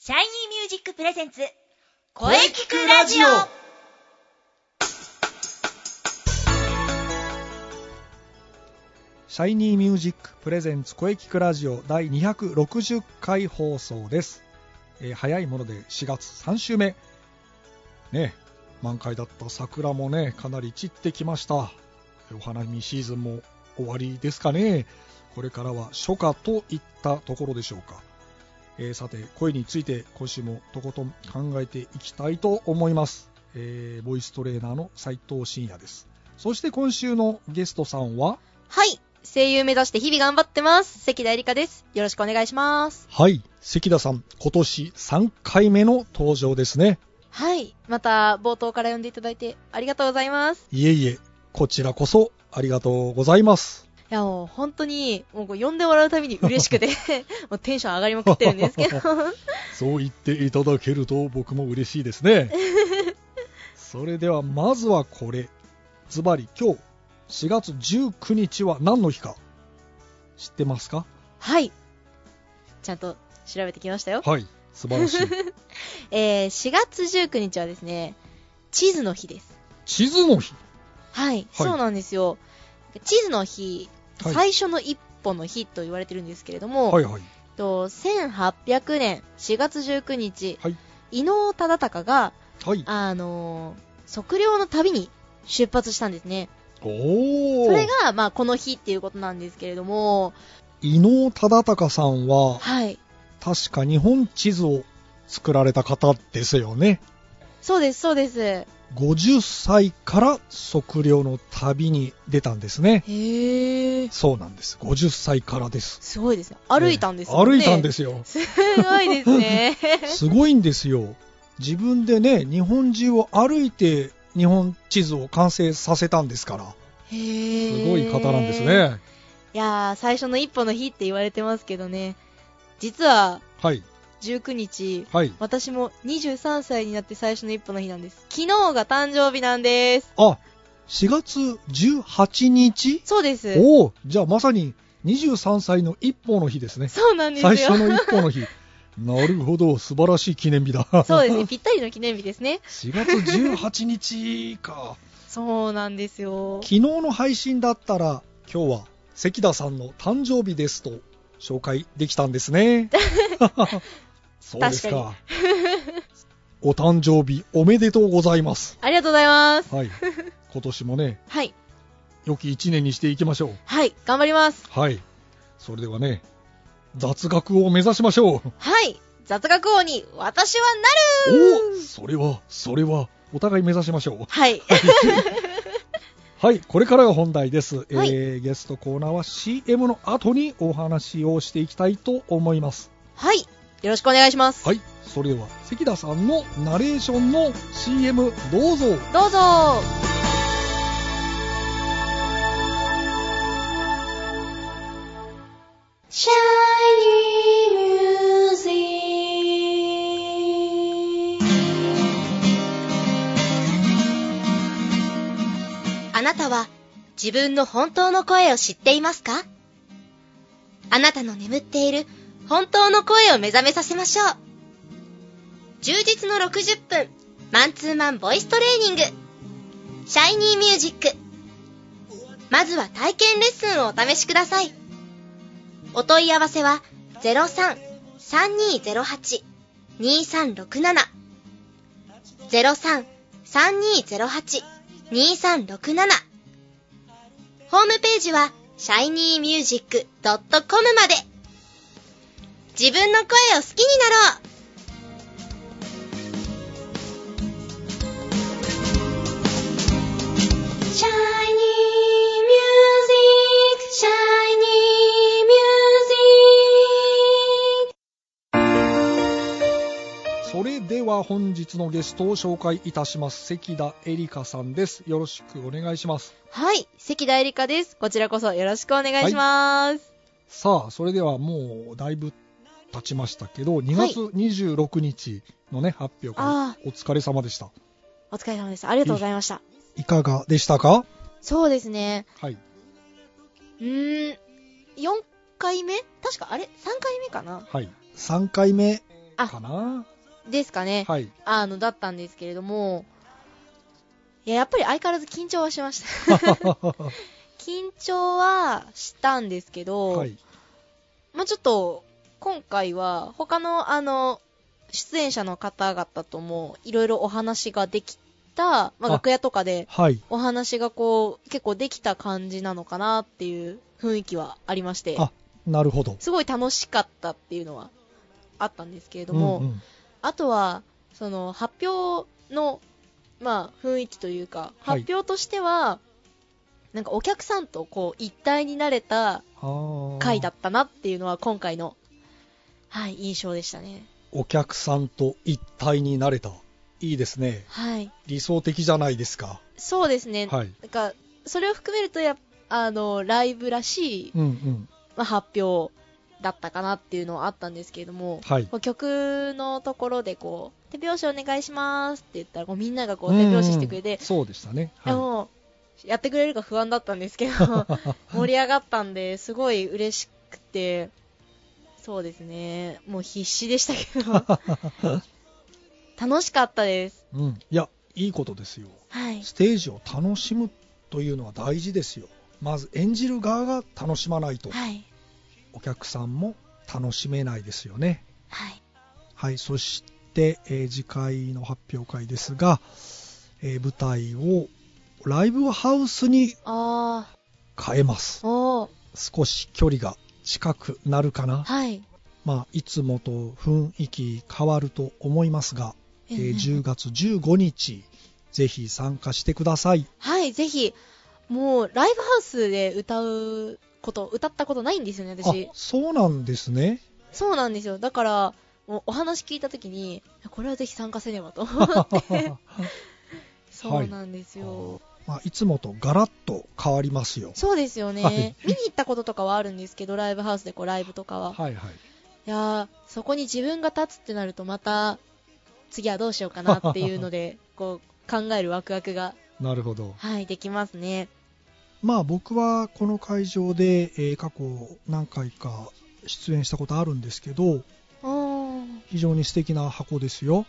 シャイニーミュージックプレゼンツ、声聞くラジオシャイニーミュージックプレゼンツ声聞くラジオ第260回放送です、えー早いもので4月3週目ね満開だった桜もねかなり散ってきましたえーお花見シーズンも終わりですかねこれからは初夏といったところでしょうか、えーさて声について今週もとことん考えていきたいと思います、えーボイストレーナーの斉藤真也ですそして今週のゲストさんははい。声優目指して日々頑張ってます。関田絵里香です。よろしくお願いします。はい、関田さん、今年3回目の登場ですね。はい。また、冒頭から呼んでいただいてありがとうございます。いえいえ、こちらこそありがとうございます。いや、もう本当に、もうこう呼んでもらうたびに嬉しくて、 もうテンション上がりまくってるんですけど。そう言っていただけると僕も嬉しいです ね。それではまずはこれ。ズバリ今日4月19日は何の日か知ってますか はい。ちゃんと調べてきましたよ。はい、素晴らしい。えー、4月19日はですね、地図の日です。地図の日。はい、そうなんですよ。地図の日、はい最初の一歩の日と言われてるんですけれども、はいはい。と1800年4月19日、はい伊能忠敬が、はい。あのー測量の旅に出発したんですね。おそれー。が、まあ、この日っていうことなんですけれども、伊能忠敬さんははい。確か日本地図を作られた方ですよね。そうです、そうです。へ50歳から測量の旅に出たんですね。ー。そうなんです。50歳からです。すごいですね。歩いたんですよ、ね。歩いたんですすよ。 すごいです ね。すごいんですよ。自分でね、日本中を歩いて日本地図を完成させたんですから、へすー。ごい方なんです。ね。いやー、最初の一歩の日って言われてますけどね、実ははい、 19日、はい。私も23歳になって最初の一歩の日なんです。昨日が誕生日なんです。あ、4月18日そうです。おお、じゃあまさに23歳の一歩の日ですね。そうなんですよ。最初の一歩 の日。なるほど、素晴らしい記念日だ。そうですね。ぴったりの記念日ですね。 4月18日かそうなんですよ昨。日の配信だったら今日は関田さんの誕生日ですと紹介できたんで すねそうですか お誕生日おめでとうございますありがとうございます。はい今年もねはい。良き一年にしていきましょうはい。頑張ります。はいそれではね雑学を目指しましょうはい。雑学王に私はなるおそれはそれはお互い目指しましょうはい。はい、これからが本題です、えーはいゲストコーナーは CM の後にお話をしていきたいと思います。はい。よろしくお願いします。はい、それでは関田さんのナレーションの CM どうぞ。どうぞあなたは自分の本当の声を知っていますかあなたの眠っている本当の声を目覚めさせましょう。充実の60分マンツーマンボイストレーニングシャイニーミュージックまずは体験レッスンをお試しくださいお問い合わせは03-3208-2367 03-3208-2367ホームページは shinymusic.com まで自分の声を好きになろうシャイニーミュージック、シャイニーミュージッそれでは本日のゲストを紹介いたします関田エリカさんです。よろしくお願いします。ク。はい、関田絵里香です。こちらこそよろしくお願いします。さあ、それではもうだいぶ経ちましたけど、2月26日のね発表あ会お疲れ様でした。お疲れ様でした。ありがとうございました。いかがでしたか？そうですね。はい。うーん、4回目確か、あれ ?3 回目かなはい、3回目あかなですかね、 はい。あの、だったんですけれども、いや、やっぱり相変わらず緊張はしました。 緊張はしたんですけど、はい。まあちょっと、今回は、他の、あの、出演者の方々とも、いろいろお話ができた、まああ楽屋とかで、はい。お話がこう、結構できた感じなのかなっていう雰囲気はありまして、あ、なるほど。すごい楽しかったっていうのはあったんですけれども、うんうんあとは、その、発表の、まあ、雰囲気というか、はい発表としては、なんかお客さんとこう、一体になれたあー回だったなっていうのは、今回の、はい、印象でしたね。お客さんと一体になれた。いいですね。はい。理想的じゃないですか。そうですね。はい。なんか、それを含めるとやっ、あの、ライブらしい、うんうん。まあ、発表だったかなっていうのはあったんですけれども、はい。こう曲のところでこう、手拍子お願いしますって言ったら、こうみんながこううん手うん拍子してくれて、そうでしたね。ではも、やってくれるか不安だったんですけど、盛り上がったんで、すごい嬉しくて、そうですね、もう必死でしたけど、 楽しかったです。い。 うん。いや、いいことですよ。はい。ステージを楽しむというのは大事ですよ。まず演じる側が楽しまないと、はい。お客さんも楽しめないですよね。はい。はい、そして、えー次回の発表会ですが、えー舞台をライブハウスにあ変えますー、。おー、少し距離が近くなるかな。はい。まあ、いつもと雰囲気変わると思いますが、えーうんうん10月15日、ぜひ参加してください。はい、ぜひ、もう、ライブハウスで歌うこと、歌ったことないんですよね、あ私、。そうなんで すね。そうなんですよ。だから、もうお話聞いたときに、これはぜひ参加せねばと 思って、そうなんですよ。まあ、いつもとガラッと変わりますよ。そうですよね、はい見に行ったこととかはあるんですけど、ライブハウスでこうライブとかは。はいはい。いやーそこに自分が立つってなると、また次はどうしようかなっていうので、こう考えるワクワクが、なるほど。はい、できますね。まあ僕はこの会場で、えー過去何回か出演したことあるんですけど、おー、非常に素敵な箱ですよ。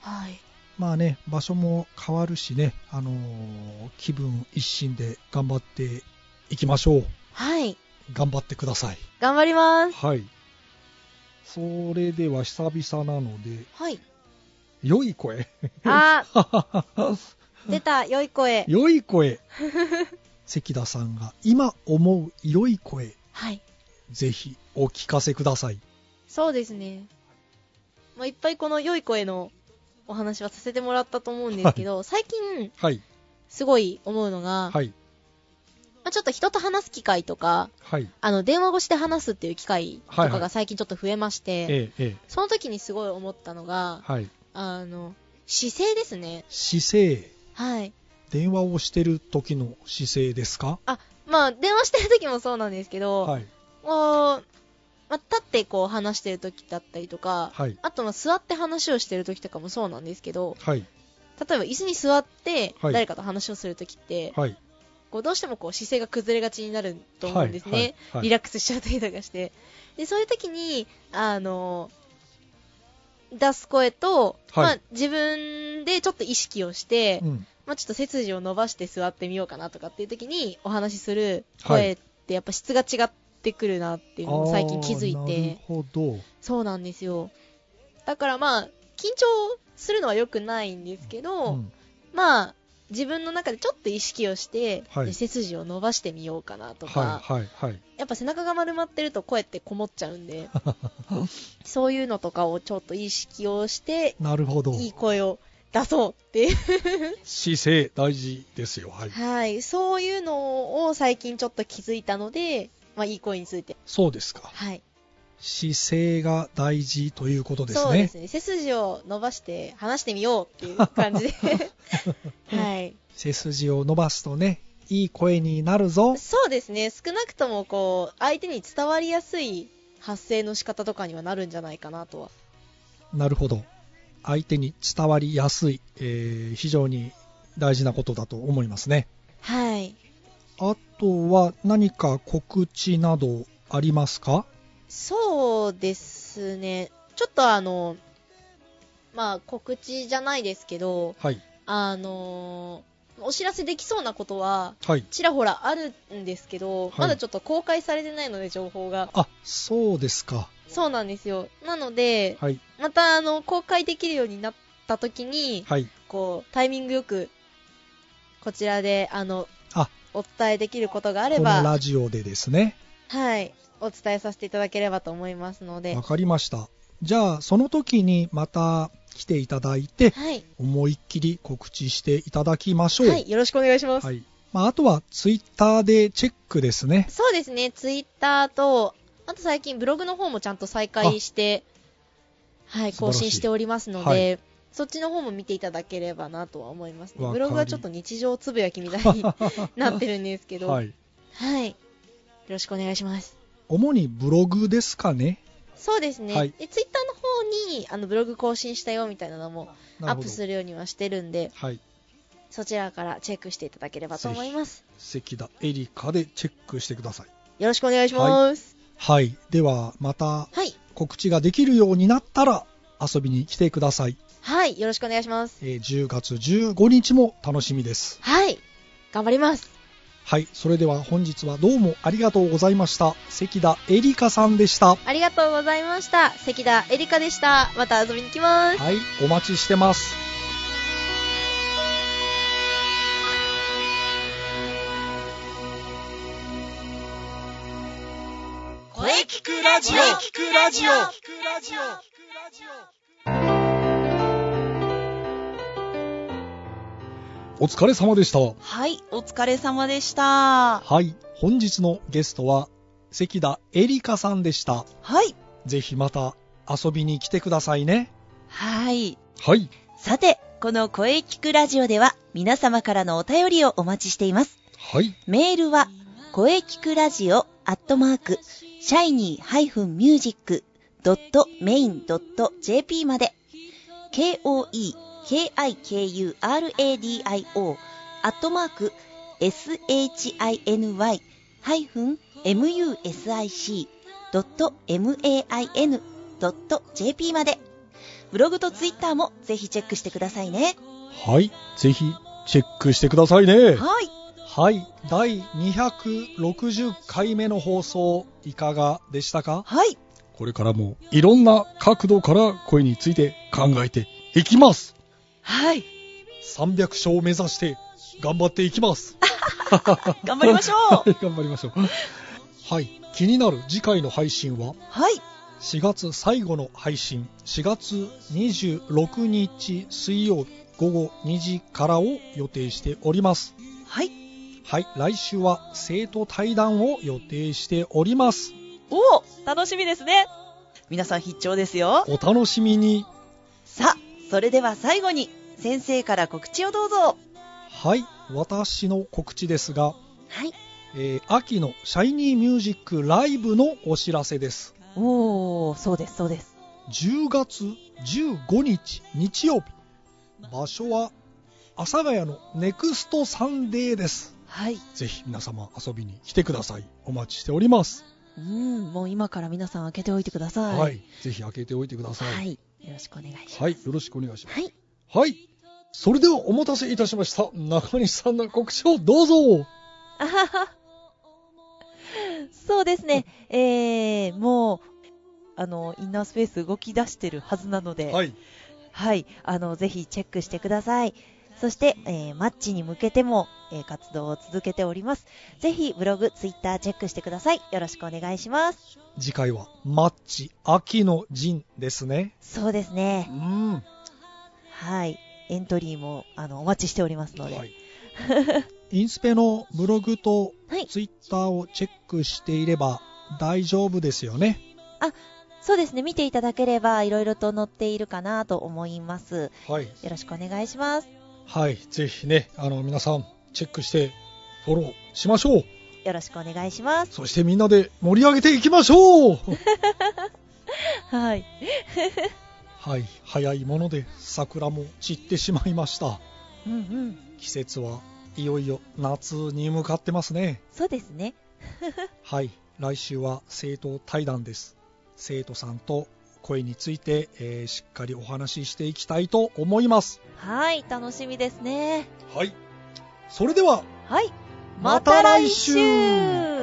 はい。まあね、場所も変わるしね、あのー気分一新で頑張っていきましょう。はい、頑張ってください。頑張ります。はい。それでは久々なので、はい。良い声。 あー、出た、良い声。良い声。関田さんが今思う良い声、はい。ぜひお聞かせください。そうですね。まあ、いっぱいこの良い声のお話はさせてもらったと思うんですけど、最近、はい、すごい思うのが、はい、まあ、ちょっと人と話す機会とか、はい。あの、電話越しで話すっていう機会とはかいはいが最近ちょっと増えまして、ええ、ええ、その時にすごい思ったのが、はい。あの、姿勢ですね。姿勢、はい。電話をしてる時の姿勢ですかまあ、電話してる時もそうなんですけど、はい、こう、まあ、立ってこう話してる時だったりとか、はい、あとは座って話をしてる時とかもそうなんですけど、はい、例えば椅子に座ってはい誰かと話をする時って、はい。こうどうしてもこう姿勢が崩れがちになると思うんですね。はい。リララックスしちゃったりとかして。で、そういう時に、あの、出す声と、はいまあ自分でちょっと意識をして、うん、まあちょっと背筋を伸ばして座ってみようかなとかっていう時にお話しするはい声ってやっぱ質が違ってくるなっていうのを最近気づいあーなるて、ほど。そうなんですよ。だからまあ緊張するのは良くないんですけど、うんまあ自分の中でちょっと意識をして、はいで背筋を伸ばしてみようかなとか、はい、はい、はい。やっぱ背中が丸まってると声ってこもっちゃうん で、そういうのとかをちょっと意識をして、なるほど。いい声を出そうっていう、姿勢大事ですよ。はい。はい、そういうのを最近ちょっと気づいたので、まあ、いい声について、そうですか。はい、姿勢が大事ということですね。そうですね、背筋を伸ばして話してみようっていう感 じで、はい、背筋を伸ばすとね、いい声になるぞ。そうですね、少なくともこう相手に伝わりやすい発声の仕方とかにはなるんじゃないかなとは、なるほど。相手に伝わりやすい、えー非常に大事なことだと思いますね。はい、あとは何か告知などありますかそうですね。ちょっとあの、まあ、告知じゃないですけど、はい。あのーお知らせできそうなことは、はい。ちらほらあるんですけど、はいまだちょっと公開されてないので、情報が。あ、そうですか。そうなんですよ。なので、はい。また、あの、公開できるようになった時に、はい。こう、タイミングよく、こちらで、あの、あ、お伝えできることがあれこのば、ラジオでですね。はい、お伝えさせていただければと思いますのでわ、かりました。じゃあ、その時にまた来ていただいて、はい、思いっきり告知していただきましょう。はい、よろしくお願いします。はい。まあ、あとはツイッターでチェックですね。そうですね、ツイッターと、あと最近ブログの方もちゃんと再開して、はい、素晴更らし新いしておりますので、はそっちの方も見ていただければなとは思いますね、わかりブログはちょっと日常つぶやきみたいになってるんですけど、は、はいい。よろしくお願いします。主にブログですかね。そうですね、はいでツイッターの方にあのブログ更新したよみたいなのもアなッるほプど。するようにはしてるんで、はい。そちらからチェックしていただければと思います。関田エリカでチェックしてください。よろしくお願いします。はい。では、またはい、告知ができるようになったら遊びに来てください。はい、よろしくお願いします。えー10月15日も楽しみです。はい、頑張ります。はい。それでは本日はどうもありがとうございました。関田エリカさんでした。ありがとうございました。関田エリカでした。また遊びに来ます。はい。お待ちしてます。声聞くラジオ聞くラジオ聞くラジオお疲れ様でした。はい、お疲れ様でした。ははい。本日のゲストは関田エリカさんでした。い。ぜひまた遊びに来てくださいね。はい。はい。さて、この声聞くラジオでは皆様からのお便りをお待ちしています。はい。メールは、声聞くラジオアットマーク、シャイニー -music.main.jp まで、k-o-e-k-i-k-u-r-a-d-i-o アットマーク、shiny-music.main.jp まで、ブログとツイッターもぜひチェックしてくださいね。はい。ぜひチェックしてくださいね。はい。はい。第260回目の放送いかがでしたかはい。これからもいろんな角度から声について考えていきます。はい。 300勝を目指して頑張っていきます。頑張りましょ う。はい 頑張りましょう。はい。気になる次回の配信ははい。 4月最後の配信4月26日水曜日午後2時からを予定しております。はい。はい。来週は生徒対談を予定しております。おお楽しみですね皆さん必聴ですよお楽しみに。さあそれでは最後に先生から告知をどうぞはい。私の告知ですが、はいえー秋のシャイニーミュージックライブのお知らせです。おおそうですそうです10月15日日曜日。場所は阿佐ヶ谷のネクストサンデーです。はいぜひ皆様遊びに来てください。お待ちしております。うんもう今から皆さん開けておいてくださはいい。ぜひ開けておいてください。ははい。いよろしくお願いしますよろしくお願いします。はい はい。それではお待たせいたしました。中西さんの告知をどうぞ。あははそうですねえー、もうあのインナースペース動き出してるはずなのではい。はい、あの、ぜひチェックしてください。そして、えーマッチに向けても、えー活動を続けております。ぜひ、ブログ、ツイッターチェックしてください。よろしくお願いします。次回はマッチ秋の陣ですね。そうですね。ん。ははい。エントリーも、あの、お待ちしておりますので。はい。い。 インスペのブログとはいツイッターをチェックしていれば大丈夫ですよね。そうですね。見ていただければ、いろいろと載っているかなと思います。はい。よろしくお願いします。はい。ぜひね、あの皆さんチェックしてフォローしましょう。よろしくお願いします。そしてみんなで盛り上げていきましょ うはい。はい、早いもので桜も散ってしまいました。うんうん。季節はいよいよ夏に向かってますね。そうですね。はい、来週は生徒対談です。生徒さんと声について、えーしっかりお話ししていきたいと思います。はい、楽しみですね。はい。それでは、はい、また来ま週た来週